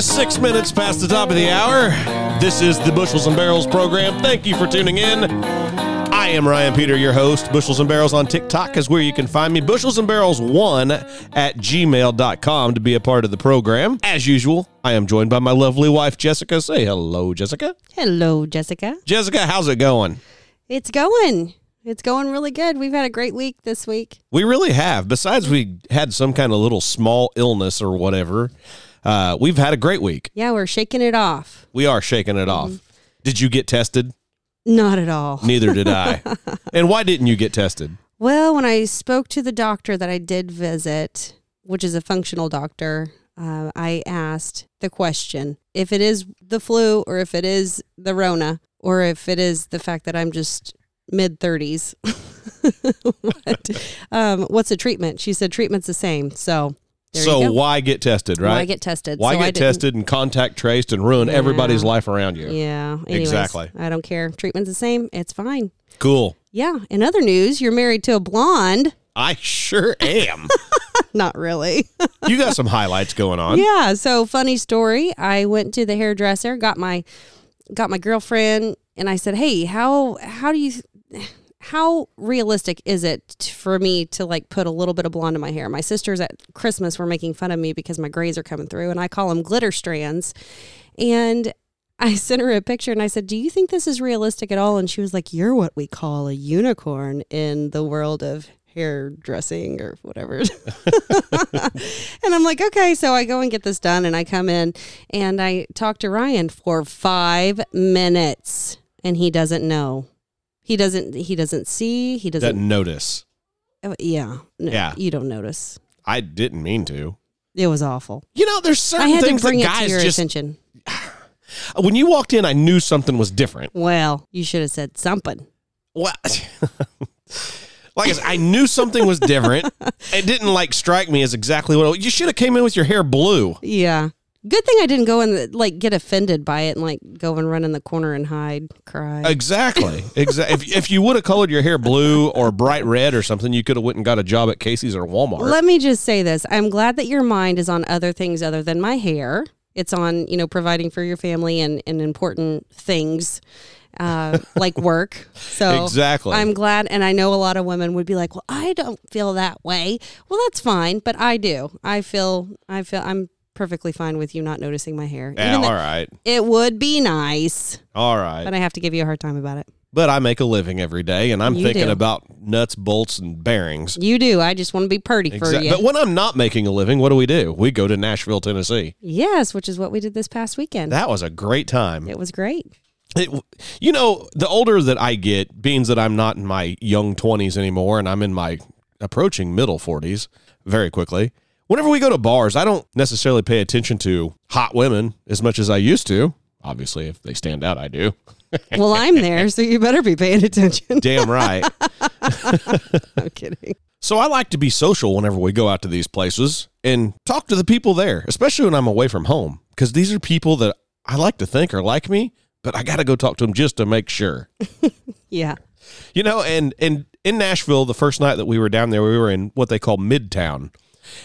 Six minutes past the top of the hour. This is the Bushels and Barrels program. Thank you for tuning in. I am Ryan Peter, your host. Bushels and Barrels on TikTok is where you can find me. Bushels and Barrels1 at gmail.com to be a part of the program. As usual, I am joined by my lovely wife, Jessica. Say hello, Jessica. Hello, Jessica. Jessica, how's it going? It's going. It's going really good. We've had a great week this week. We really have. Besides, we had some kind of little small illness or whatever. Uh, we've had a great week. Yeah, we're shaking it off. We are shaking it off. Did you get tested? Not at all. Neither did I. and why didn't you get tested? Well, when I spoke to the doctor that I did visit, which is a functional doctor, uh, I asked the question if it is the flu or if it is the Rona or if it is the fact that I'm just mid 30s. what, um, what's the treatment? She said treatment's the same. So, there you so go. why get tested, right? why get tested? Why So I get didn't- tested and contact traced and ruin Yeah. everybody's life around you? Yeah, anyways, Exactly. I don't care. Treatment's the same. It's fine. Cool. Yeah. In other news, you're married to a blonde. I sure am. Not really. you got some highlights going on. yeah. So funny story. I went to the hairdresser, got my got my girlfriend, and I said, "Hey, how how do you how realistic is it t- for me to like put a little bit of blonde in my hair?" My sisters at Christmas were making fun of me because my grays are coming through, and I call them glitter strands. And I sent her a picture and I said, Do you think this is realistic at all? And she was like, You're what we call a unicorn in the world of hairdressing or whatever. and I'm like, Okay. So I go and get this done and I come in and I talk to Ryan for five minutes and he doesn't know. He doesn't, he doesn't see, he That doesn't, notice. uh, yeah, no, Yeah. You don't notice. I didn't mean to. It was awful. You know, there's I certain had to things bring that it to guys your just. attention. When you walked in, I knew something was different. Well, you should have said something. What? like I, said, I knew something was different. It didn't like strike me as exactly what you should have came in with your hair blue. Yeah. Good thing I didn't go and like get offended by it and like go and run in the corner and hide, cry. Exactly. Exactly. if, if you would have colored your hair blue or bright red or something, you could have went and got a job at Casey's or Walmart. Let me just say this. I'm glad that your mind is on other things other than my hair. It's on, you know, providing for your family and, and important things uh, like work. So Exactly. I'm glad. And I know a lot of women would be like, well, I don't feel that way. Well, that's fine. But I do. I feel, I feel, I'm perfectly fine with you not noticing my hair. Yeah, Even though all right. It would be nice, All right. but I have to give you a hard time about it. But I make a living every day and I'm You thinking do. about nuts, bolts, and bearings. You do. I just want to be purty for Exactly. you. But when I'm not making a living, what do we do? We go to Nashville, Tennessee. yes, which is what we did this past weekend. That was a great time. it was great. It, you know, the older that I get, being that I'm not in my young 20s anymore and I'm in my approaching middle 40s very quickly, whenever we go to bars, I don't necessarily pay attention to hot women as much as I used to. Obviously, if they stand out, I do. Well, I'm there, so you better be paying attention. Damn right. I'm kidding. So I like to be social whenever we go out to these places and talk to the people there, especially when I'm away from home, because these are people that I like to think are like me, but I got to go talk to them just to make sure. Yeah. You know, and and in Nashville, the first night that we were down there, we were in what they call Midtown.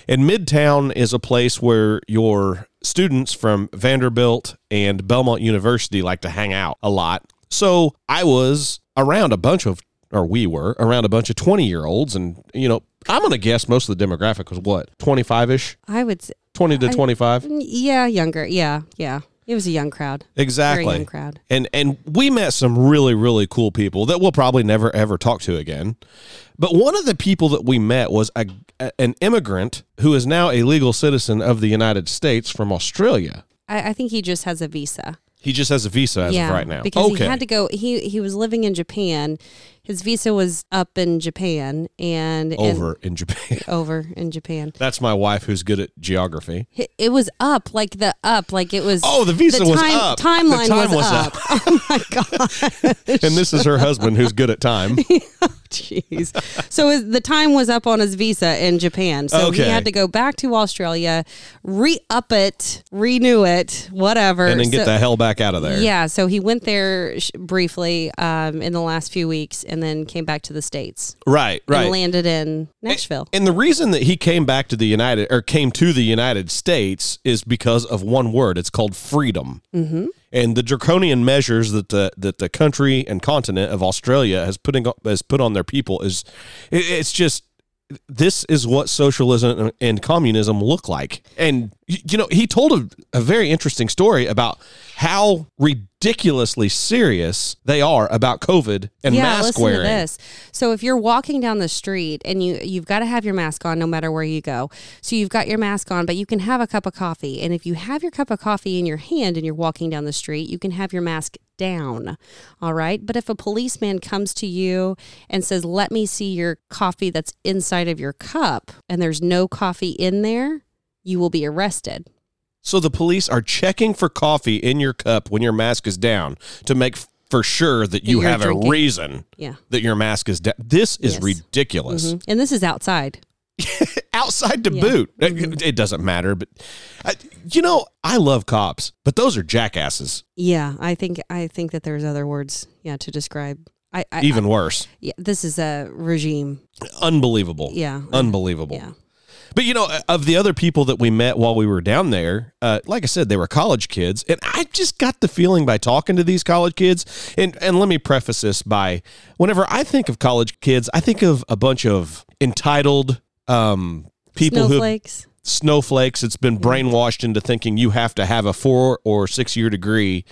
And Midtown is a place where your students from Vanderbilt and Belmont University like to hang out a lot. So I was around a bunch of, or we were around a bunch of 20 year olds. And, you know, I'm going to guess most of the demographic was what, 25 ish, I would. Say, 20 to 25? yeah, younger. Yeah, yeah. It was a young crowd. Exactly. Very young crowd. And and we met some really really cool people that we'll probably never ever talk to again. But one of the people that we met was a, a- an immigrant who is now a legal citizen of the United States from Australia. I, I think he just has a visa. He just has a visa as yeah, of right now. because okay. he had to go. He he was living in Japan. His visa was up in Japan and and- over in Japan. over in Japan. That's my wife who's good at geography. It- It was up, like the up, like it was. Oh, the visa was time- up. The Timeline time was, was up. Oh my god! And this is her husband who's good at time. Oh, Jeez. So his, the time was up on his visa in Japan. So Okay. he had to go back to Australia, re up it, renew it, whatever. and then get So- the hell back out of there. Yeah. So he went there sh- briefly um, in the last few weeks and then came back to the States Right, and right. landed in Nashville. And the reason that he came back to the United or came to the United States is because of one word. It's called freedom. Mm-hmm. And the draconian measures that the that the country and continent of Australia has putting has put on their people is it, it's just this is what socialism and communism look like. And y- you know, he told a, a very interesting story about how ridiculously serious they are about COVID and mask listen wearing. To this. So if you're walking down the street and you you've got to have your mask on no matter where you go. So you've got your mask on, but you can have a cup of coffee. And if you have your cup of coffee in your hand and you're walking down the street, you can have your mask down. All right? But if a policeman comes to you and says, "Let me see your coffee that's inside of your cup," and there's no coffee in there, you will be arrested. So the police are checking for coffee in your cup when your mask is down to make f- for sure that you you're have drinking. a reason Yeah. that your mask is down. This is Yes. ridiculous. Mhm. And this is outside. Outside to boot. It- Mm-hmm. It doesn't matter, but I, you know, I love cops, but those are jackasses. Yeah, I think I think that there's other words, yeah, to describe. I, I, Even worse. yeah, this is a regime. Unbelievable. Yeah. Unbelievable. Yeah. But you know, of the other people that we met while we were down there, uh, like I said, they were college kids, and I just got the feeling by talking to these college kids. And and let me preface this by, whenever I think of college kids, I think of a bunch of entitled um, people who Snowflakes. snowflakes. It's been brainwashed into thinking you have to have a four or six year degree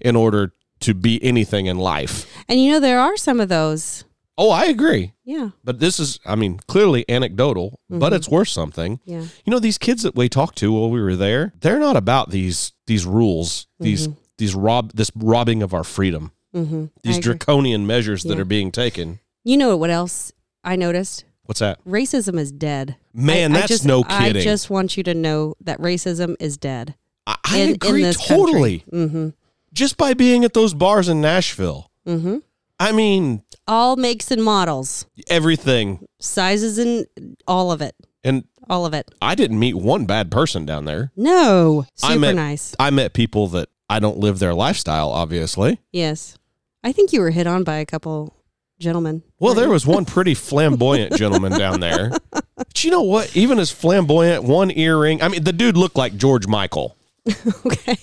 in order to be anything in life. And you know, there are some of those. Oh, I agree. Yeah. But this is, I mean, clearly anecdotal, but Mm-hmm. it's worth something. Yeah. You know, these kids that we talked to while we were there, they're not about these these rules, these these rob this robbing of our freedom, Mm-hmm. these draconian measures that Yeah. are being taken. you know what else I noticed? What's that? Racism is dead. Man, I- I that's just- no I kidding. just want you to know that racism is dead. I, I agree totally. Mm-hmm. Just by being at those bars in Nashville. Mm-hmm. I mean, All makes and models, everything. sizes and all of it. And All of it. I didn't meet one bad person down there. No. Super I met nice. I met people that I don't live their lifestyle, obviously. Yes. I think you were hit on by a couple gentlemen. Well, there was one pretty flamboyant gentleman down there. But you know what? Even as flamboyant, one earring. I mean, the dude looked like George Michael, Okay.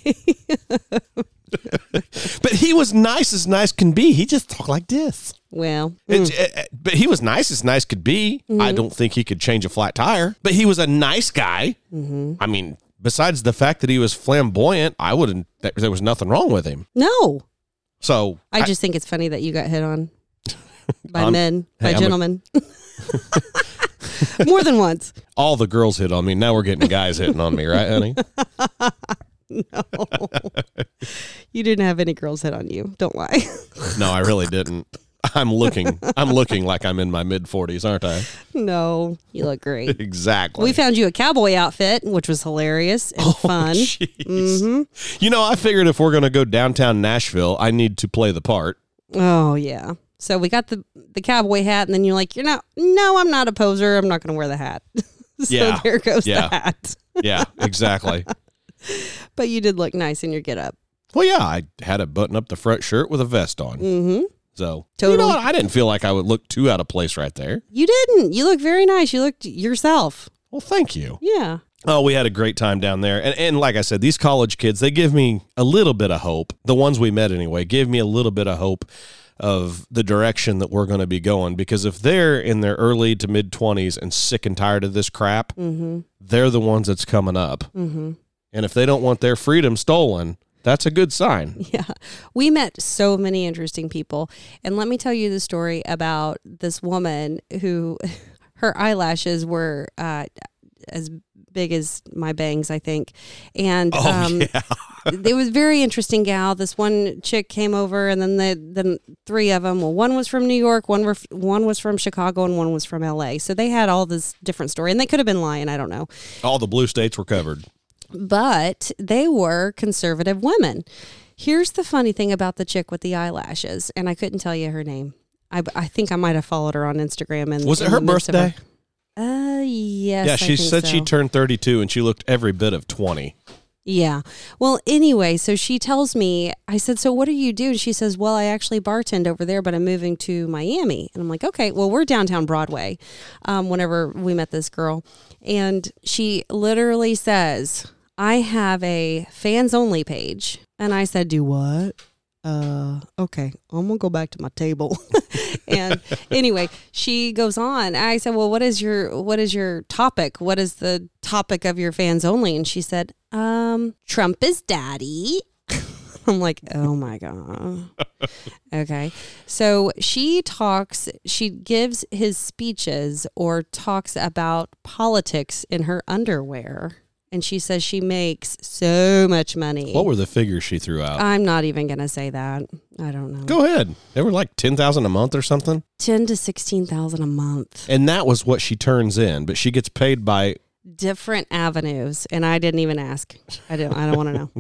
but he was nice as nice can be. He just talked like this. well, It- it- it- but he was nice as nice could be. I don't think he could change a flat tire, but he was a nice guy. I mean, besides the fact that he was flamboyant, I wouldn't, th- there was nothing wrong with him. no. So I just think it's funny that you got hit on by I'm- men, Um, by hey, I'm a- gentlemen. More than once. all the girls hit on me. Now we're getting guys hitting on me, right, honey? You didn't have any girls hit on you. Don't lie. No, I really didn't. I'm looking, I'm looking like I'm in my mid 40s, aren't I? no, you look great. Exactly. We found you a cowboy outfit, which was hilarious Oh, and fun. Mm-hmm. Jeez. You know, I figured if we're going to go downtown Nashville, I need to play the part. Oh yeah. So we got the the cowboy hat, and then you're like, you're not. No, I'm not a poser. I'm not going to wear the hat. so Yeah. there goes Yeah. the hat. Yeah, exactly. But you did look nice in your getup. well, yeah, I had a button up the front shirt with a vest on. Mm-hmm. So, you know Totally. what? I didn't feel like I would look too out of place right there. You didn't. You look very nice. You looked yourself. Well, thank you. Yeah. Oh, we had a great time down there. And, and like I said, these college kids, they give me a little bit of hope. The ones we met anyway, give me a little bit of hope of the direction that we're going to be going. Because if they're in their early to mid 20s and sick and tired of this crap, Mm-hmm. they're the ones that's coming up. Mm-hmm. And if they don't want their freedom stolen, that's a good sign. Yeah. We met so many interesting people. And let me tell you the story about this woman who her eyelashes were uh, as big as my bangs, I think. And um, yeah. it was very interesting gal. This one chick came over, and then the the three of them. Well, one was from New York, one were, one was from Chicago, and one was from L.A. So they had all this different story, and they could have been lying. I don't know All the blue states were covered. but they were conservative women. Here's the funny thing about the chick with the eyelashes, and I couldn't tell you her name. I, I think I might have followed her on Instagram. And Was it in her the midst of birthday? Uh, yes. yeah, I she think said she so. turned 32 and she looked every bit of 20. Yeah. Well, anyway, so she tells me, I said, So what do you do? And she says, Well, I actually bartend over there, but I'm moving to Miami. And I'm like, Okay, well, we're downtown Broadway um, whenever we met this girl. And she literally says, I have a fans only page. And I said, Do what? Uh, okay, I'm gonna go back to my table. and anyway, she goes on. I said, "Well, what is your what is your topic? What is the topic of your fans only?" And she said, "Um, Trump is daddy." I'm like, "Oh my god." okay. So she talks, she gives his speeches or talks about politics in her underwear. And she says she makes so much money. What were the figures she threw out? I'm not even going to say that. I don't know. Go ahead. They were like 10,000 a month or something. 10 to 16,000 a month. And that was what she turns in, but she gets paid by Different avenues and I didn't even ask. I don't I don't want to know.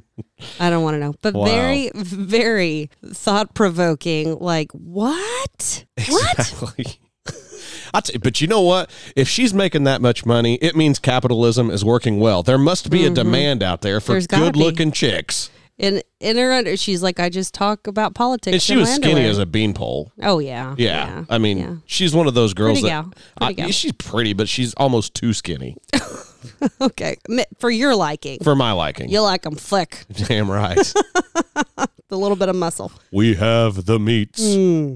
I don't want to know. But Wow. very very thought-provoking like what? What? Exactly. I t- but you know what? If she's making that much money, it means capitalism is working well. There must be a demand out there for Mm-hmm. There's gotta good looking chicks. And in her under she's like I just talk about politics. And she in my was skinny underwear." as a beanpole. Oh yeah. Yeah. I mean, yeah. she's one of those girls Pretty that gal. Pretty I- gal. she's pretty, but she's almost too skinny Okay. Mi- For your liking. for my liking. you like them flick. Damn right. The little bit of muscle. we have the meats. Hmm.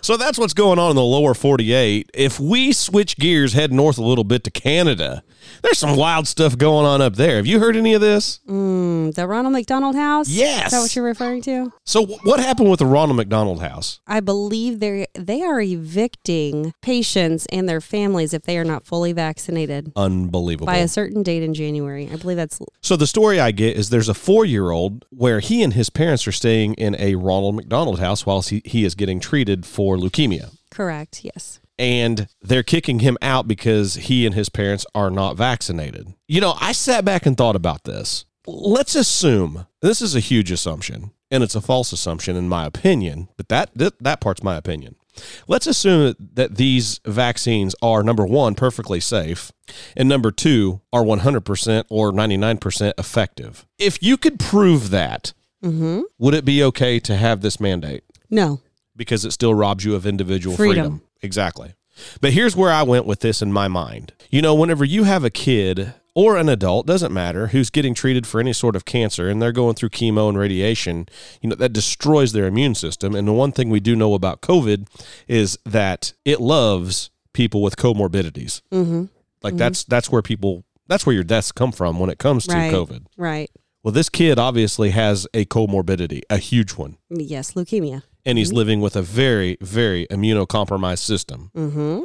So that's what's going on in the lower 48. If we switch gears, head north a little bit to Canada, there's some wild stuff going on up there. Have you heard any of this? Mm, the Ronald McDonald House? Yes. Is that what you're referring to? So wh- what happened with the Ronald McDonald House? I believe they they are evicting patients and their families if they are not fully vaccinated Unbelievable. by a certain date in January. I believe that's so the story I get is there's a four-year-old where he and his parents are staying in a Ronald McDonald House whilst he, he is getting treated for leukemia. correct. Yes. And they're kicking him out because he and his parents are not vaccinated. You know, I sat back and thought about this. Let's assume this is a huge assumption, and it's a false assumption in my opinion, but that that, that part's my opinion. Let's assume that- that these vaccines are number one, perfectly safe, and number two, are 100% or 99% effective. If you could prove that, Mm-hmm. would it be okay to have this mandate? No. Because it still robs you of individual freedom. Freedom. Exactly. But here's where I went with this in my mind. You know, whenever you have a kid or an adult, doesn't matter, who's getting treated for any sort of cancer and they're going through chemo and radiation, you know, that destroys their immune system. And the one thing we do know about COVID is that it loves people with comorbidities. Mm-hmm. Like that's that's where people that's where your deaths come from when it comes to Right. COVID. Right. Well, this kid obviously has a comorbidity, a huge one, Yes. Leukemia. and he's living with a very, very immunocompromised system Mm-hmm.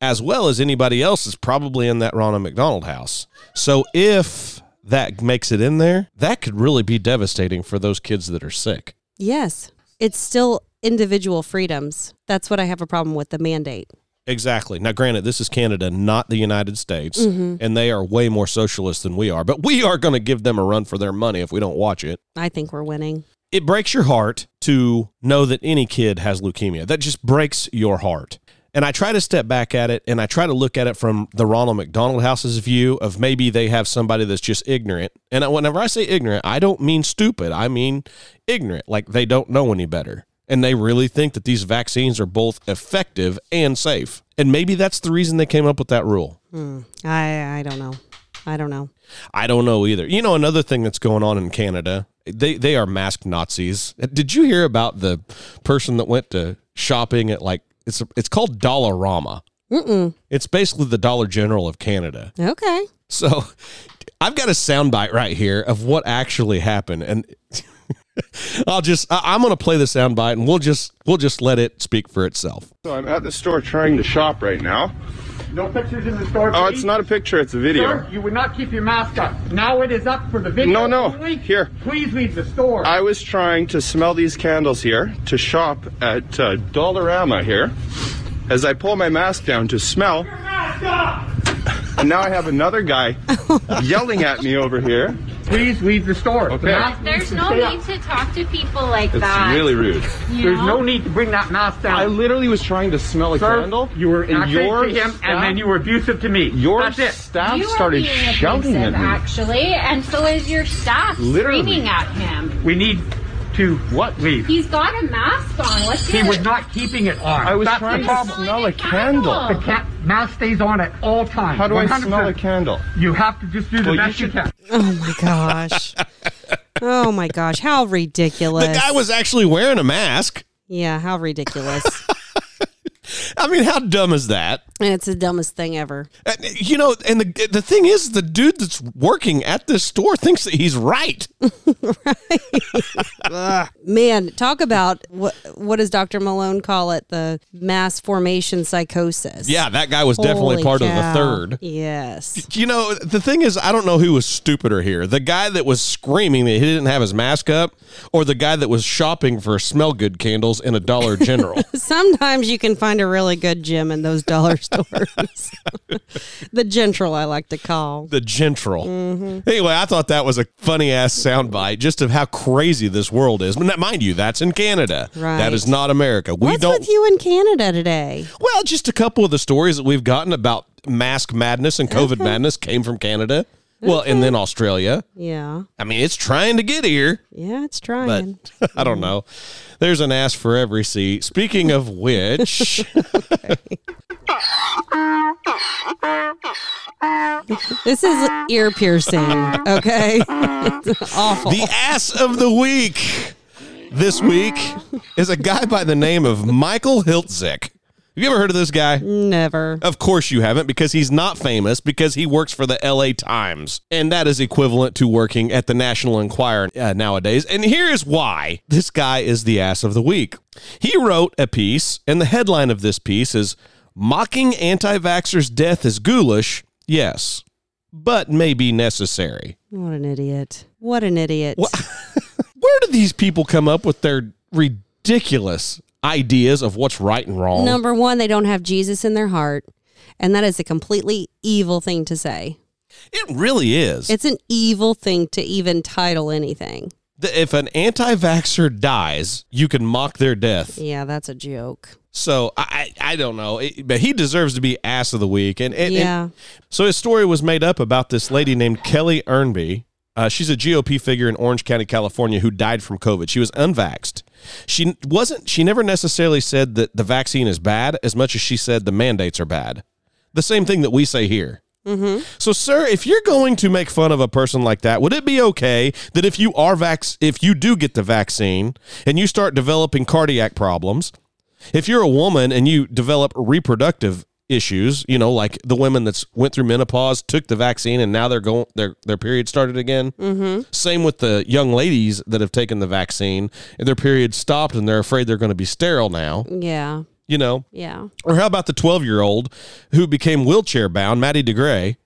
as well as anybody else is probably in that Ronald McDonald house. So if that makes it in there, that could really be devastating for those kids that are sick. Yes. It's still individual freedoms. That's what I have a problem with the mandate. Exactly. Now, granted, this is Canada, not the United States, and they are way more socialist than we are, but we are going to give them a run for their money if we don't watch it. I think we're winning. It breaks your heart to know that any kid has leukemia. That just breaks your heart. And I try to step back at it and I try to look at it from the Ronald McDonald House's view of maybe they have somebody that's just ignorant. And whenever I say ignorant, I don't mean stupid, I mean ignorant, like they don't know any better. And they really think that these vaccines are both effective and safe. And maybe that's the reason they came up with that rule. Hmm. I I don't know. I don't know. I don't know either. You know, another thing that's going on in Canada, they they are masked Nazis. Did you hear about the person that went to shopping at like it's it's called Dollarama. Mm-mm. It's basically the Dollar General of Canada. Okay. So I've got a soundbite right here of what actually happened, and I'll just I, I'm going to play the soundbite, and we'll just we'll just let it speak for itself. So I'm at the store trying to shop right now. No pictures in the store. Oh, please. it's not a picture, it's a video. Sir, you would not keep your mask up. Now it is up for the video. No, no. only. Here. Please leave the store. I was trying to smell these candles here to shop at uh, Dollarama here. As I pull my mask down to smell, mask up. and now I have another guy yelling at me over here Please leave the store. Okay. The mask needs There's to no stay up. need to talk to people like It's that. really rude. you There's know? no need to bring that mask down. I literally was trying to smell a Sir, candle. you were and acting your to him, staff, and then you were abusive to me. your That's it. staff You are started being shouting at abusive, me. Actually, and so is your staff Literally. screaming at him. We need to what? Leave. He's got a mask on. What's He your- was not keeping it on. I was That's trying the to problem. smell a candle. The cat mask stays on at all times. How do I 100%. smell a candle? You have to just do the Well, you best you, should- can. Oh my gosh. oh my gosh. How ridiculous. The guy was actually wearing a mask. yeah, how ridiculous. I mean, how dumb is that? and it's the dumbest thing ever. And, you know, and the the thing is, the dude that's working at this store thinks that he's right. Man, talk about what what does Dr. Malone call it? The mass formation psychosis. Yeah, that guy was definitely Holy part of the cow. third. Yes. You know, the thing is, I don't know who was stupider here. The guy that was screaming that he didn't have his mask up, or the guy that was shopping for smell good candles in a Dollar General. Sometimes you can find a really good gym in those dollar stores. the general I like to call. the gentril. Mm-hmm. Anyway, I thought that was a funny ass soundbite just of how crazy this world is. But now, mind you, that's in Canada. Right. That is not America. We What's don't. with you in Canada today? Well, just a couple of the stories that we've gotten about mask madness and COVID madness came from Canada. Well, and then Australia. Yeah. I mean, it's trying to get here, Yeah, it's but trying. I don't know. There's an ass for every seat. Speaking of which, This is ear piercing, okay? It's awful. the ass of the week this week is a guy by the name of Michael Hiltzik. Have you ever heard of this guy? Never. Of course you haven't because he's not famous because he works for the LA Times. And that is equivalent to working at the National Enquirer uh, nowadays. And here is why this guy is the ass of the week. He wrote a piece, and the headline of this piece is Mocking Anti Vaxxers' Death is Ghoulish, yes, but may be necessary. What an idiot. What an idiot. Where do these people come up with their ridiculous ideas of what's right and wrong? Number one, they don't have Jesus in their heart. And that is a completely evil thing to say. It really is. It's an evil thing to even title anything. Th- if an anti-vaxxer dies, you can mock their death. Yeah, that's a joke. So I, I I don't know, It- but he deserves to be ass of the week. And, and- and- Yeah. so his story was made up about this lady named Kelly Earnby. Uh, she's a GOP figure in Orange County, California, who died from COVID. She was unvaxxed. She wasn't. She never necessarily said that the vaccine is bad as much as she said the mandates are bad. The same thing that we say here. So, sir, if you're going to make fun of a person like that, would it be okay that if you are vax, if you do get the vaccine and you start developing cardiac problems, if you're a woman and you develop reproductive issues, you know, like the women that's went through menopause, took the vaccine, and now they're going their their period started again. Mm-hmm. Same with the young ladies that have taken the vaccine, and their period stopped, and they're afraid they're going to be sterile now. Yeah. You know. Yeah. Or how about the 12 year old who became wheelchair bound, Maddie DeGray,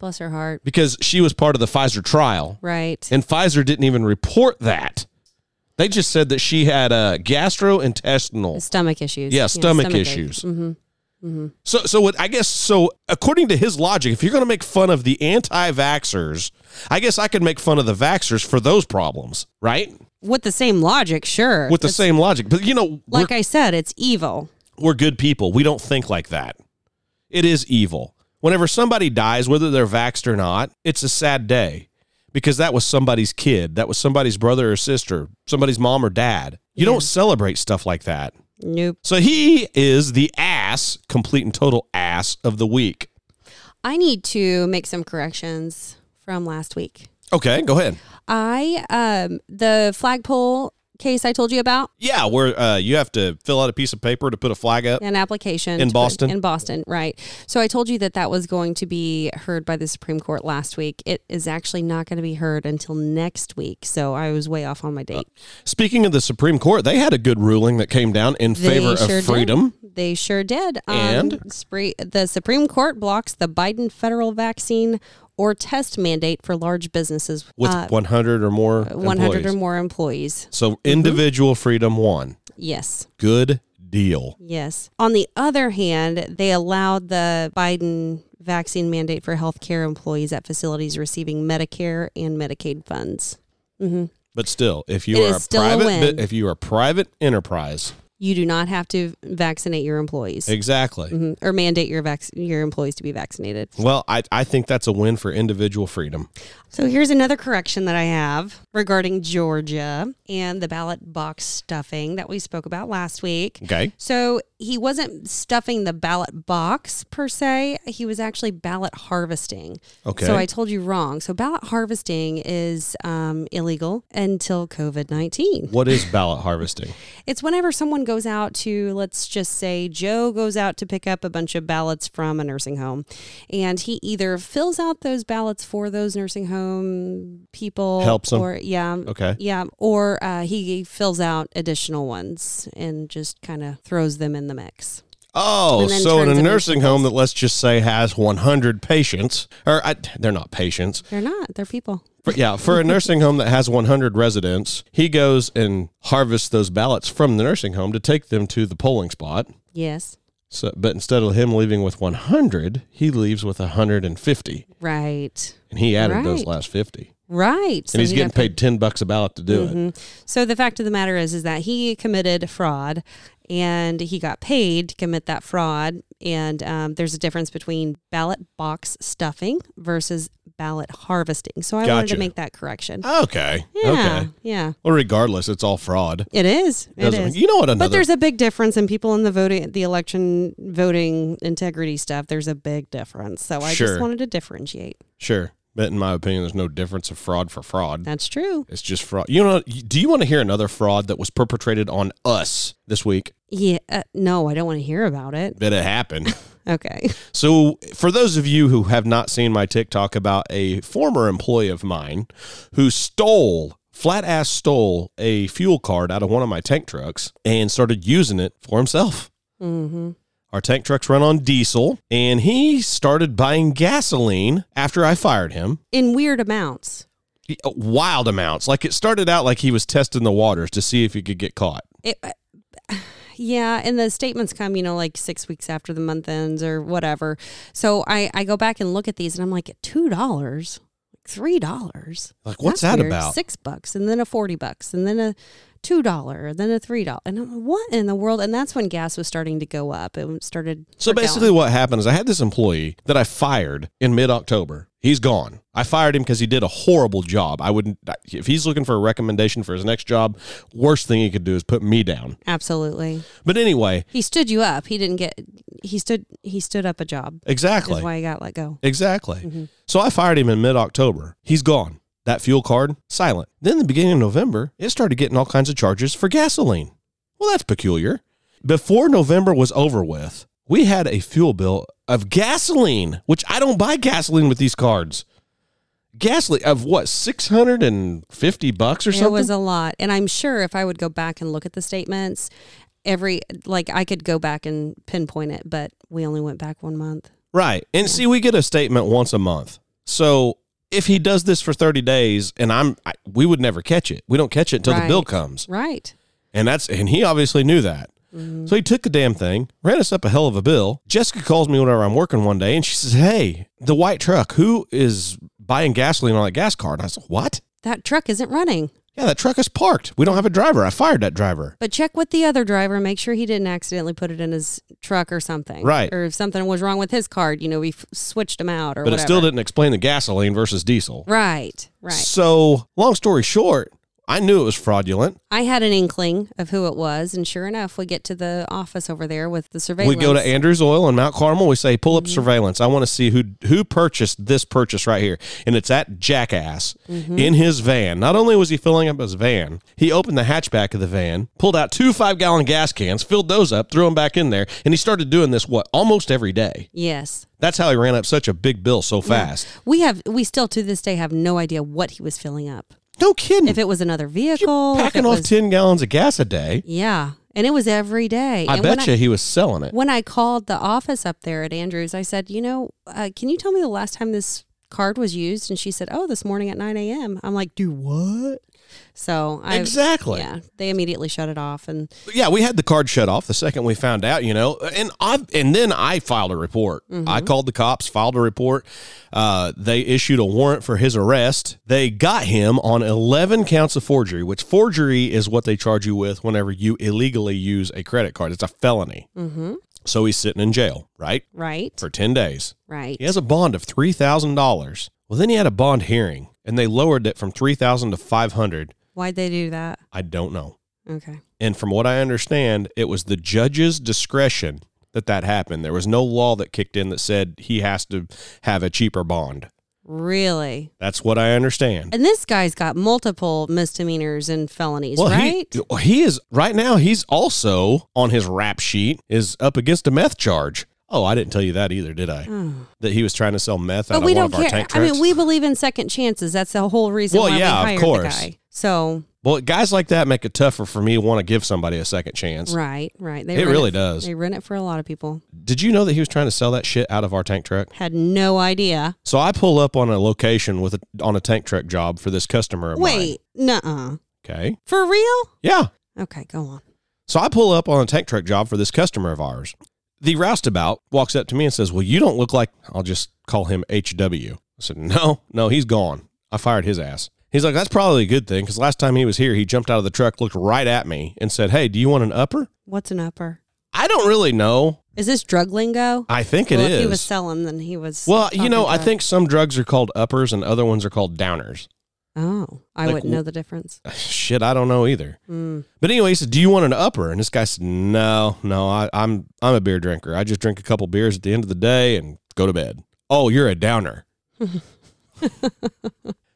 Bless her heart. because she was part of the Pfizer trial. Right. And Pfizer didn't even report that. They just said that she had a gastrointestinal, stomach issues. yeah, stomach, ache. Mm-hmm. issues. So, so what, I guess so. According to his logic, if you're going to make fun of the anti-vaxxers, I guess I could make fun of the vaxxers for those problems, right? With the same logic, sure. With the It's- same logic, but you know, like we're, I said, it's evil. we're good people. We don't think like that. It is evil. Whenever somebody dies, whether they're vaxxed or not, it's a sad day because that was somebody's kid, that was somebody's brother or sister, somebody's mom or dad. You don't celebrate stuff like that. Nope. So he is the ass, complete and total ass of the week. I need to make some corrections from last week. Okay, go ahead. I um the flagpole case I told you about Yeah, where uh, you have to fill out a piece of paper to put a flag up. an application In to put- Boston? In Boston, right? So I told you that that was going to be heard by the Supreme Court last week. It is actually not going to be heard until next week. So I was way off on my date. Uh, Speaking of the Supreme Court, they had a good ruling that came down in favor of sure did. freedom. They sure did. Um, And? spre- the Supreme Court blocks the Biden federal vaccine or test mandate for large businesses With uh, 100 or more 100 employees. or more employees. So individual freedom won. Yes. Good deal. Yes. On the other hand, they allowed the Biden vaccine mandate for healthcare employees at facilities receiving Medicare and Medicaid funds. But still, if you It are is a still a private, win. bu- if you are a private enterprise, You do not have to vaccinate your employees exactly. Mhm. or mandate your vac- your employees to be vaccinated. Well, I, I think that's a win for individual freedom. So here's another correction that I have regarding Georgia and the ballot box stuffing that we spoke about last week. Okay. So he wasn't stuffing the ballot box per se. He was actually ballot harvesting. Okay. So I told you wrong. So ballot harvesting is um, illegal until COVID 19. What is ballot harvesting? It's whenever someone goes out to, let's just say, Joe goes out to pick up a bunch of ballots from a nursing home, and he either fills out those ballots for those nursing home people, Helps 'em. or yeah, Okay. yeah, or uh, he fills out additional ones and just kind of throws them in the mix. Oh, And then so in turns a them into nursing home that let's just say has 100 patients, or I, they're not patients, They're not; they're people. but yeah, for a nursing home that has 100 residents, he goes and harvests those ballots from the nursing home to take them to the polling spot. Yes, So, but instead of him leaving with 100, he leaves with 150, right, and he added those Right. last 50, right. and he's getting paid. paid 10 bucks a ballot to do it. So the fact of the matter is, is that he committed fraud, and he got paid to commit that fraud. And um, there's a difference between ballot box stuffing versus ballot harvesting. So I wanted Gotcha. to make that correction. Okay. yeah, Okay. yeah, Well, regardless, it's all fraud. it is. It Doesn't- is. You know what? Another but there's a big difference in people in the voting, the election voting integrity stuff. There's a big difference. So I Sure. just wanted to differentiate. Sure. But in my opinion, there's no difference of fraud for fraud. That's true. It's just fraud. You know, do you want to hear another fraud that was perpetrated on us this week? Yeah. Uh, no, I don't want to hear about it. That it happened. Okay. so, for those of you who have not seen my TikTok about a former employee of mine who stole, flat ass stole a fuel card out of one of my tank trucks and started using it for himself. hmm Our tank trucks run on diesel, and he started buying gasoline after I fired him. uh, In weird amounts. wild amounts. Like it started out like he was testing the waters to see if he could get caught. it, yeah and the statements come you know like six weeks after the month ends or whatever so i i go back and look at these and i'm like two dollars three dollars Like, what's that about? six bucks and then a 40 bucks and then a two dollar then a three dollar and I'm like, what in the world and that's when gas was starting to go up it started So per basically, gallon. what happened is I had this employee that I fired in mid October. He's gone. I fired him because he did a horrible job. I wouldn't, if he's looking for a recommendation for his next job, worst thing he could do is put me down. absolutely But anyway, he stood you up he didn't get he stood he stood up a job exactly. that's why he got let go Exactly. Mm-hmm. So I fired him in mid October. He's gone. That fuel card, silent. Then the beginning of November, it started getting all kinds of charges for gasoline. Well, that's peculiar. Before November was over with, we had a fuel bill of gasoline, which I don't buy gasoline with these cards. Gasoline of what, 650 bucks or something? It was a lot. And I'm sure if I would go back and look at the statements, every like I could go back and pinpoint it, but we only went back one month. Right. And see, we get a statement once a month. So if he does this for 30 days and I'm, I, we would never catch it. We don't catch it until the Right. bill comes. Right. And that's and he obviously knew that. Mm-hmm. So he took the damn thing, ran us up a hell of a bill. Jessica calls me whenever I'm working one day and she says, Hey, the white truck, who is buying gasoline on that gas card? I said, What? That truck isn't running. Yeah, that truck is parked. We don't have a driver. I fired that driver. But check with the other driver, make sure he didn't accidentally put it in his truck or something. Right. Or if something was wrong with his card, you know, we f- switched him out or But it whatever. still didn't explain the gasoline versus diesel. Right. Right. So long story short, I knew it was fraudulent. I had an inkling of who it was, and sure enough, we get to the office over there with the surveillance. We go to Andrews Oil in Mount Carmel. We say, pull up Mm-hmm. surveillance. I want to see who who purchased this purchase right here, and it's that jackass Mm-hmm. in his van. Not only was he filling up his van, he opened the hatchback of the van, pulled out two five gallon gas cans, filled those up, threw them back in there, and he started doing this what almost every day. yes. That's how he ran up such a big bill so fast. We have we still to this day have no idea what he was filling up. No kidding. if it was another vehicle, if packing it off was- ten gallons of gas a day. yeah, and it was every day. I and bet when you he was selling it. when I called the office up there at Andrews, I said, you know, uh, can you tell me the last time this card was used, and she said, "Oh, this morning at nine a.m." I'm like, "Do what?" So I Exactly. yeah. They immediately shut it off, and yeah, we had the card shut off the second we found out, you know, and I and then I filed a report. I called the cops, filed a report. Uh, they issued a warrant for his arrest. They got him on eleven counts of forgery, which forgery is what they charge you with whenever you illegally use a credit card. It's a felony. Mm-hmm. So he's sitting in jail, right, right, for ten days. right, He has a bond of three thousand dollars. Well, then he had a bond hearing, and they lowered it from three thousand to five hundred. Why'd they do that? I don't know. Okay. And from what I understand, it was the judge's discretion that that happened. There was no law that kicked in that said he has to have a cheaper bond. Really? That's what I understand. And this guy's got multiple misdemeanors and felonies, right? he he is right now. He's also on his rap sheet is up against a meth charge. Oh, I didn't tell you that either, did I? That he was trying to sell meth out Hmm. but of we one don't of our care. tank I trucks. mean, we believe in second chances. That's the whole reason Well, why yeah, of we hired the course. guy. So, well, guys like that make it tougher for me to want to give somebody a second chance. right, right. They It run really f- does. They rent it for a lot of people. Did you know that he was trying to sell that shit out of our tank truck? Had no idea. So I pull up on a location with a, on a tank truck job for this customer of mine. Wait, nuh-uh. Okay. For real? Yeah. Okay, go on. So I pull up on a tank truck job for this customer of ours. The roustabout walks up to me and says, Well, you don't look like I'll just call him HW. I said, No, no, he's gone. I fired his ass. He's like, That's probably a good thing because last time he was here, he jumped out of the truck, looked right at me, and said, Hey, do you want an upper? What's an upper? I don't really know. Is this drug lingo? I think it well, is. If he was selling, then he was. well, you know, I talking think some drugs are called uppers and other ones are called downers. drug. Oh, I like, wouldn't know the difference. Shit, I don't know either. Mm. But anyway, he said, "Do you want an upper?" And this guy said, "No, no, I, I'm I'm a beer drinker. I just drink a couple beers at the end of the day and go to bed." Oh, you're a downer.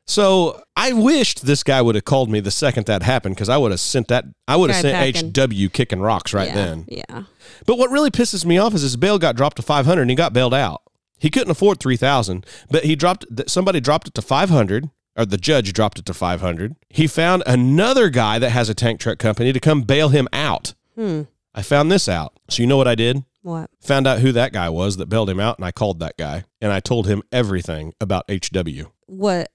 so I wished this guy would have called me the second that happened because I would have sent that I would have Guy sent packing. HW kicking rocks right yeah, then. Yeah. But what really pisses me off is his bail got dropped to 500 and he got bailed out. He couldn't afford 3000, but he dropped th- somebody dropped it to 500 or the judge dropped it to 500. He found another guy that has a tank truck company to come bail him out. Hmm. I found this out. So you know what I did? What? Found out who that guy was that bailed him out and I called that guy and I told him everything about HW. What?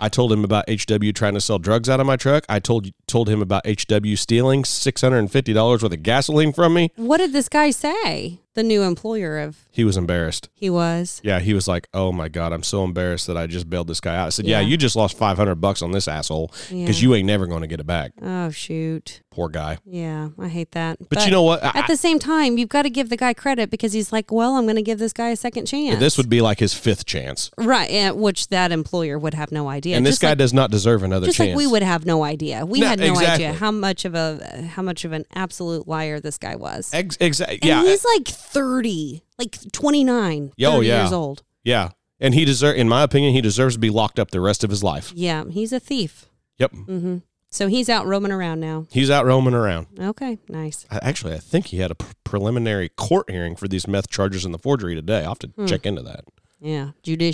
I told him about HW trying to sell drugs out of my truck. I told told him about HW stealing $650 worth of gasoline from me. What did this guy say? The new employer of He was embarrassed. he was. Yeah, he was like, "Oh my god, I'm so embarrassed that I just bailed this guy out." I said, "Yeah, Yeah. you just lost 500 bucks on this asshole because Yeah. you ain't never going to get it back." Oh shoot. Poor guy. Yeah, I hate that. But, you know what? I- at the same time, you've got to give the guy credit because he's like, well, I'm going to give this guy a second I- chance. this would be like his fifth chance, right, and- which that employer would have no idea. and this Just guy like- does not deserve another just chance. like we would have no idea. We No, had no idea exactly. how much of a how much of an absolute liar this guy was. Ex- exactly. and Eh, Yeah. e, eh he's like 30, like 29, Yeah, oh, 30 yeah. years old. yeah. And he deserve, in my opinion, he deserves to be locked up the rest of his life. Yeah, he's a thief. Yep. Mm. So he's out roaming around now. He's out roaming around. Okay, nice. I, actually, I think he had a pr- preliminary court hearing for these meth charges and the forgery today. I'll have to Hmm. check into that. Yeah,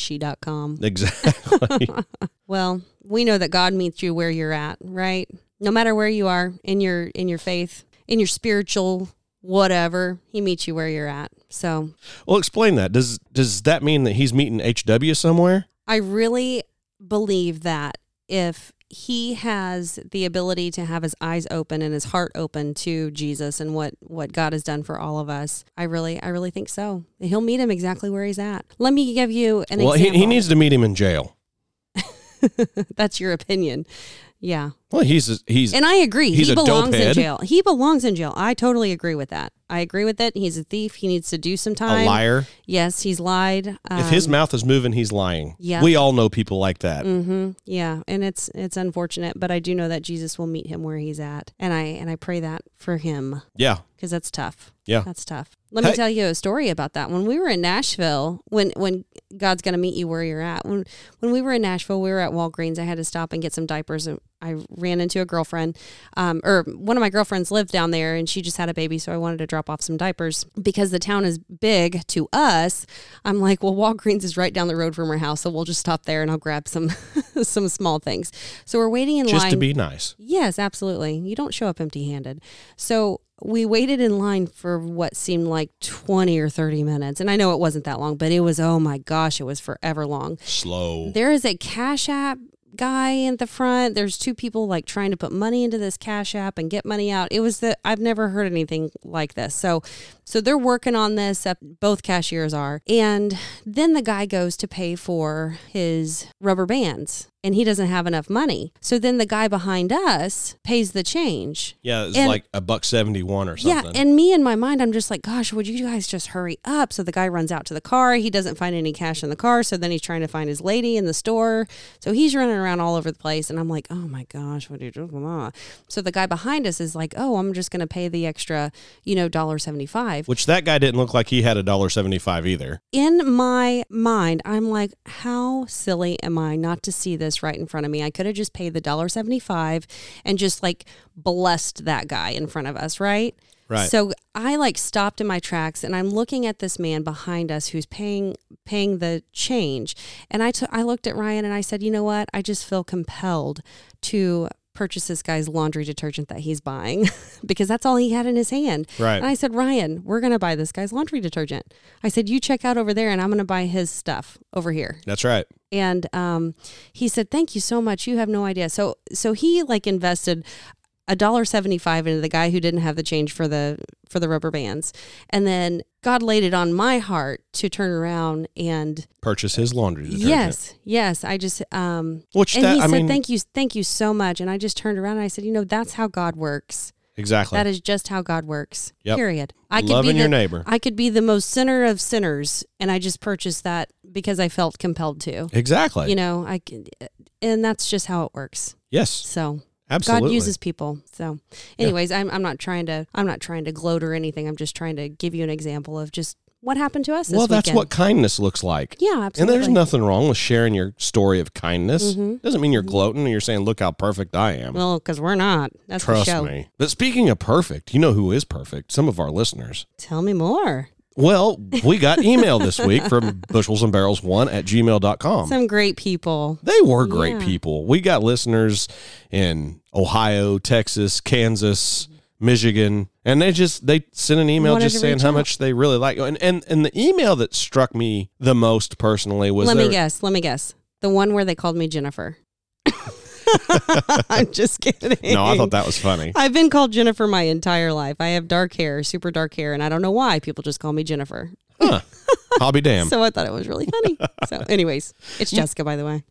judici.com. Exactly. Well, we know that God meets you where you're at, right? No matter where you are in your in your faith, in your spiritual whatever, he meets you where you're at. So, well, explain that. Does does that mean that he's meeting HW somewhere? I really believe that if he has the ability to have his eyes open and his heart open to Jesus and what what God has done for all of us, I really I really think so. He'll meet him exactly where he's at. Let me give you an well, he, example. he needs to meet him in jail. That's your opinion. Yeah. Well, he's he's And I agree. He's he a dope belongs in head. jail. He belongs in jail. I totally agree with that. I agree with it. He's a thief. He needs to do some time. a liar. Yes, he's lied. Um, if his mouth is moving, he's lying. yeah. we all know people like that. hmm Yeah, and it's it's unfortunate, but I do know that Jesus will meet him where he's at, and I and I pray that for him Yeah, because that's tough. yeah. That's tough. Let Hey. me tell you a story about that. When we were in Nashville, when when God's gonna meet you where you're at. When when we were in Nashville, we were at Walgreens. I had to stop and get some diapers, and I ran into a girlfriend, um, or one of my girlfriends lived down there, and she just had a baby, so I wanted to drop off some diapers because the town is big to us. I'm like, well, Walgreens is right down the road from her house, so we'll just stop there and I'll grab some some small things. So we're waiting in just line. to be nice. Yes, absolutely. You don't show up empty handed. So we waited in line for what seemed like 20 or 30 minutes. And I know it wasn't that long, but it was, oh my gosh, it was forever long. Slow. There is a Cash App guy in the front. There's two people like trying to put money into this Cash App and get money out. It was the I've never heard anything like this. So so they're working on this. Uh, both cashiers are. And then the guy goes to pay for his rubber bands and he doesn't have enough money. So then the guy behind us pays the change. Yeah, it's And- like a buck seventy one or something. Yeah, and me in my mind, I'm just like, gosh, would you guys just hurry up? So the guy runs out to the car. He doesn't find any cash in the car. So then he's trying to find his lady in the store. So he's running around all over the place. And I'm like, oh my gosh, what do you do? Blah, blah. So the guy behind us is like, oh, I'm just going to pay the extra, you know, $1.75. Which that guy didn't look like he had a dollar seventy five either. In my mind, I'm like, how silly am I not to see this right in front of me? I could have just paid the $1.75 and just like blessed that guy in front of us, right? Right. So I like stopped in my tracks and I'm looking at this man behind us who's paying paying the change. And I took I looked at Ryan and I said, "You know what? I just feel compelled to purchase this guy's laundry detergent that he's buying because that's all he had in his hand." Right. And I said, "Ryan, we're going to buy this guy's laundry detergent." I said, "You check out over there and I'm going to buy his stuff over here." That's right. and um, he said, "Thank you so much. You have no idea." So so he like invested a dollar seventy five into the guy who didn't have the change for the for the rubber bands, and then God laid it on my heart to turn around and Purchase his laundry detergent. yes, yes, I just um Which and that- he I said, mean- "Thank you, thank you so much," and I just turned around and I said, "You know, that's how God works." Exactly. That is just how God works. Yep. Period. I could Loving be the, your neighbor. I could be the most sinner of sinners, and I just purchased that because I felt compelled to exactly. you know i can and that's just how it works yes. so Absolutely. god uses people so anyways I'm, I'm not trying to i'm not trying to gloat or anything i'm just trying to give you an example of just what happened to us this Well, that's weekend. what kindness looks like. yeah absolutely Mm-hmm. And there's nothing wrong with sharing your story of kindness. Doesn't mean you're gloating or you're saying, "Look how perfect I am." well because we're not that's the Trust show me. But speaking of perfect, you know who is perfect? Some of our listeners. tell me more Well, we got email this week from bushels and barrels one at gmail.com. some great people They were great Yeah. people. We got listeners in Ohio, Texas, Kansas, Michigan, and they just they sent an email Wanted just to saying reach how out. much they really like. And and and the email that struck me the most personally was let there, me guess let me guess the one where they called me jennifer i'm just kidding No, I thought that was funny. I've been called Jennifer my entire life. I have dark hair, super dark hair, and I don't know why people just call me Jennifer. Huh. I'll be damned. So I thought it was really funny. so, anyways, it's Jessica, by the way.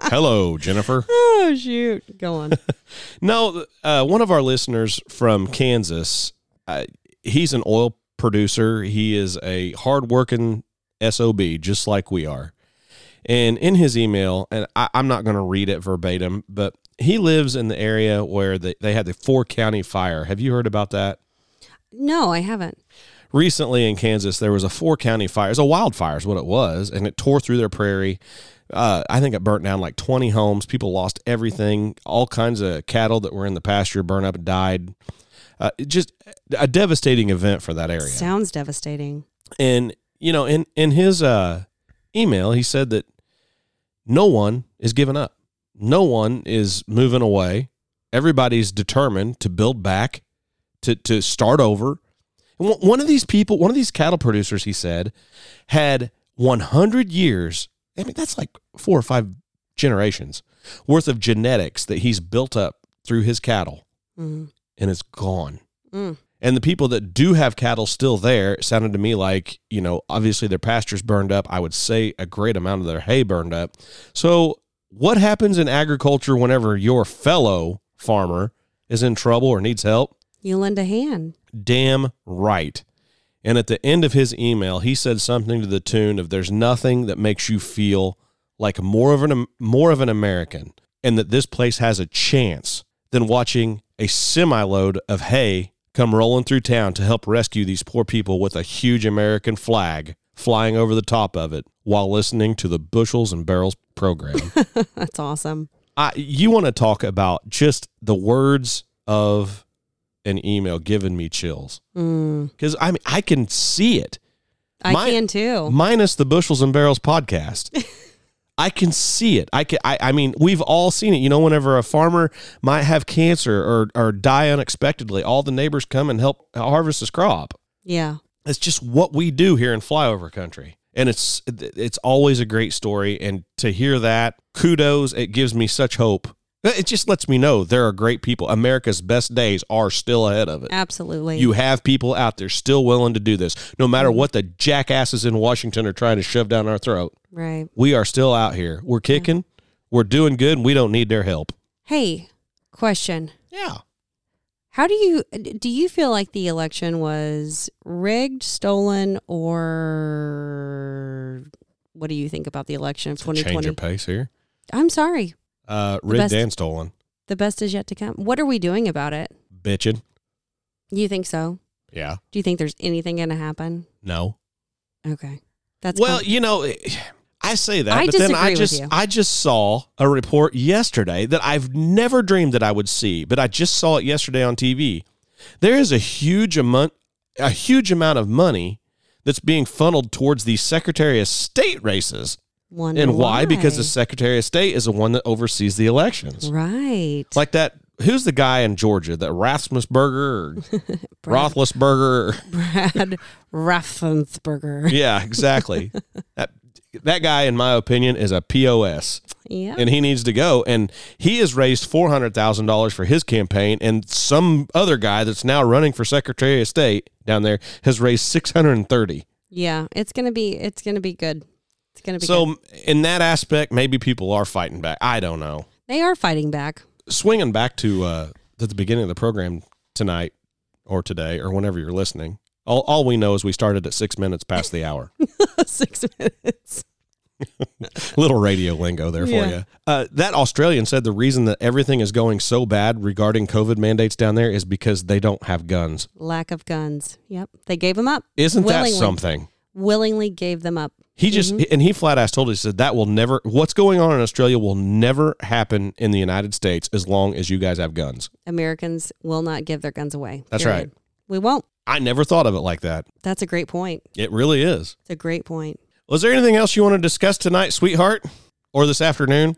Hello, Jennifer. Oh shoot, go on. No, uh, one of our listeners from Kansas, uh, he's an oil producer. He is a hardworking SOB, just like we are. And in his email, and I, I'm not going to read it verbatim, but he lives in the area where they, they had the four county fire. Have you heard about that? No, I haven't. recently in Kansas, there was a four county fire. It was a wildfire, is what it was, and it tore through their prairie. Uh, I think it burnt down like 20 homes. People lost everything. All kinds of cattle that were in the pasture burned up and died. Uh, it just a devastating event for that area. Sounds devastating. and you know, in in his uh, email, he said that no one is giving up. No one is moving away. Everybody's determined to build back, to to start over. And one- One of these people, one of these cattle producers, he said, had 100 years. I mean, that's like four or five generations worth of genetics that he's built up through his cattle, Mm. and it's gone. Mm. And the people that do have cattle still there it sounded to me like, you know, obviously their pastures burned up. I would say a great amount of their hay burned up. So, what happens in agriculture whenever your fellow farmer is in trouble or needs help? You lend a hand. Damn right. And at the end of his email, he said something to the tune of there's nothing that makes you feel like more of an more of an American and that this place has a chance than watching a semi load of hay come rolling through town to help rescue these poor people with a huge American flag flying over the top of it while listening to the Bushels and Barrels program. That's awesome. I, you want to talk about just the words of an email giving me chills Mm. because I mean I can see it I My- can too. Oh. minus the bushels and barrels podcast. I can see it. I, can, I I mean, we've all seen it. You know, whenever a farmer might have cancer or or die unexpectedly, all the neighbors come and help harvest his crop. Yeah. That's just what we do here in flyover country. And it's it's always a great story and to hear that, kudos, it gives me such hope. It just lets me know there are great people. America's best days are still ahead of it. Absolutely. You have people out there still willing to do this, no matter what the jackasses in Washington are trying to shove down our throat. right. We are still out here. We're kicking. We're doing good. And we don't need their help. Hey, question. Yeah. How do you do you feel like the election was rigged, stolen, or what do you think about the election of Change 2020? your pace here. I'm sorry. Uh, rigged best- and stolen. The best is yet to come. What are we doing about it? Bitching. You think so? Yeah. Do you think there's anything going to happen? No. Okay. That's well, com- you know, eh, I say that, I but then disagree I with just you. I just saw a report yesterday that I've never dreamed that I would see, but I just saw it yesterday on TV. There is a huge amount a huge amount of money that's being funneled towards the Secretary of State races. Wonder And why? Because the Secretary of State is the one that oversees the elections. right. Like that who's the guy in Georgia? That Rathmusberger or Roethlisberger? or- Brad Raffensperger. Yeah, exactly. that that guy, in my opinion, is a POS. Yeah. and he needs to go. And he has raised four hundred thousand dollars for his campaign, and some other guy that's now running for Secretary of State down there has raised six hundred and thirty. yeah. It's gonna be. It's gonna be good. It's gonna be. So good. in that aspect, maybe people are fighting back. I don't know. they are fighting back. Swinging back to uh, to the beginning of the program tonight or today or whenever you're listening. All, all we know is we started at six minutes past the hour. Six minutes. Little radio lingo there for Yeah. you. Uh, that Australian said the reason that everything is going so bad regarding COVID mandates down there is because they don't have guns. Lack of guns. Yep. They gave them up. Isn't Willingly. that something? Willingly gave them up. He just Mm-hmm. and he flat ass told us that that will never. What's going on in Australia will never happen in the United States as long as you guys have guns. Americans will not give their guns away. That's period. right. We won't. I never thought of it like that. That's a great point. It really is. It's a great point. Was there anything else you want to discuss tonight, sweetheart, or this afternoon?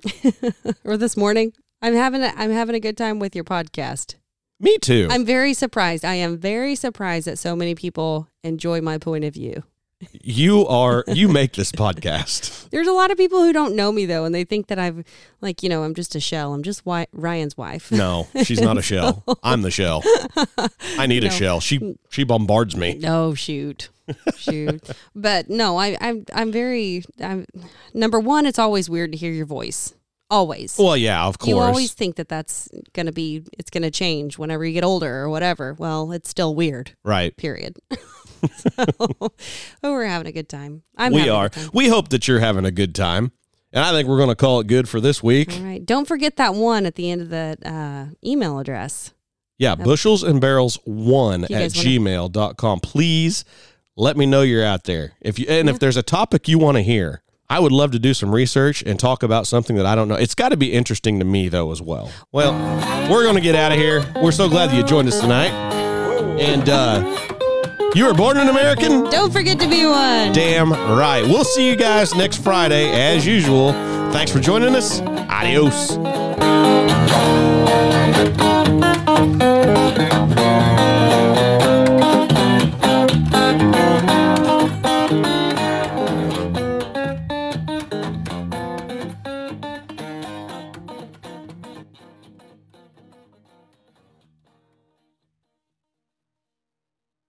Or this morning. I'm having a, I'm having a good time with your podcast. Me too. I'm very surprised. I am very surprised that so many people enjoy my point of view. you are. You make this podcast. There's a lot of people who don't know me though, and they think that I've like you know I'm just a shell. I'm just wi- Ryan's wife. No, she's not a shell. I'm the shell. I need a No. Mm. shell. She she bombards me. No, Oh, shoot, shoot. but no, I, I'm I'm very. I'm number one. It's always weird to hear your voice. Always. Well, yeah, of course. You always think that that's going to be, it's going to change whenever you get older or whatever. Well, it's still weird, right. period. so, oh, we're having a good time. I'm we having a are. good time. We hope that you're having a good time, and I think we're going to call it good for this week. All right. Don't forget that one at the end of the uh, email address. Yeah, bushels and barrels one You at guys wanna- gmail.com. Please let me know you're out there. If you and if there's a topic you want to hear, I would love to do some research and talk about something that I don't know. It's got to be interesting to me though as well. Well, we're gonna get out of here. We're so glad that you joined us tonight. And uh you were born an American? Don't forget to be one. Damn right. We'll see you guys next Friday as usual. Thanks for joining us. Adios.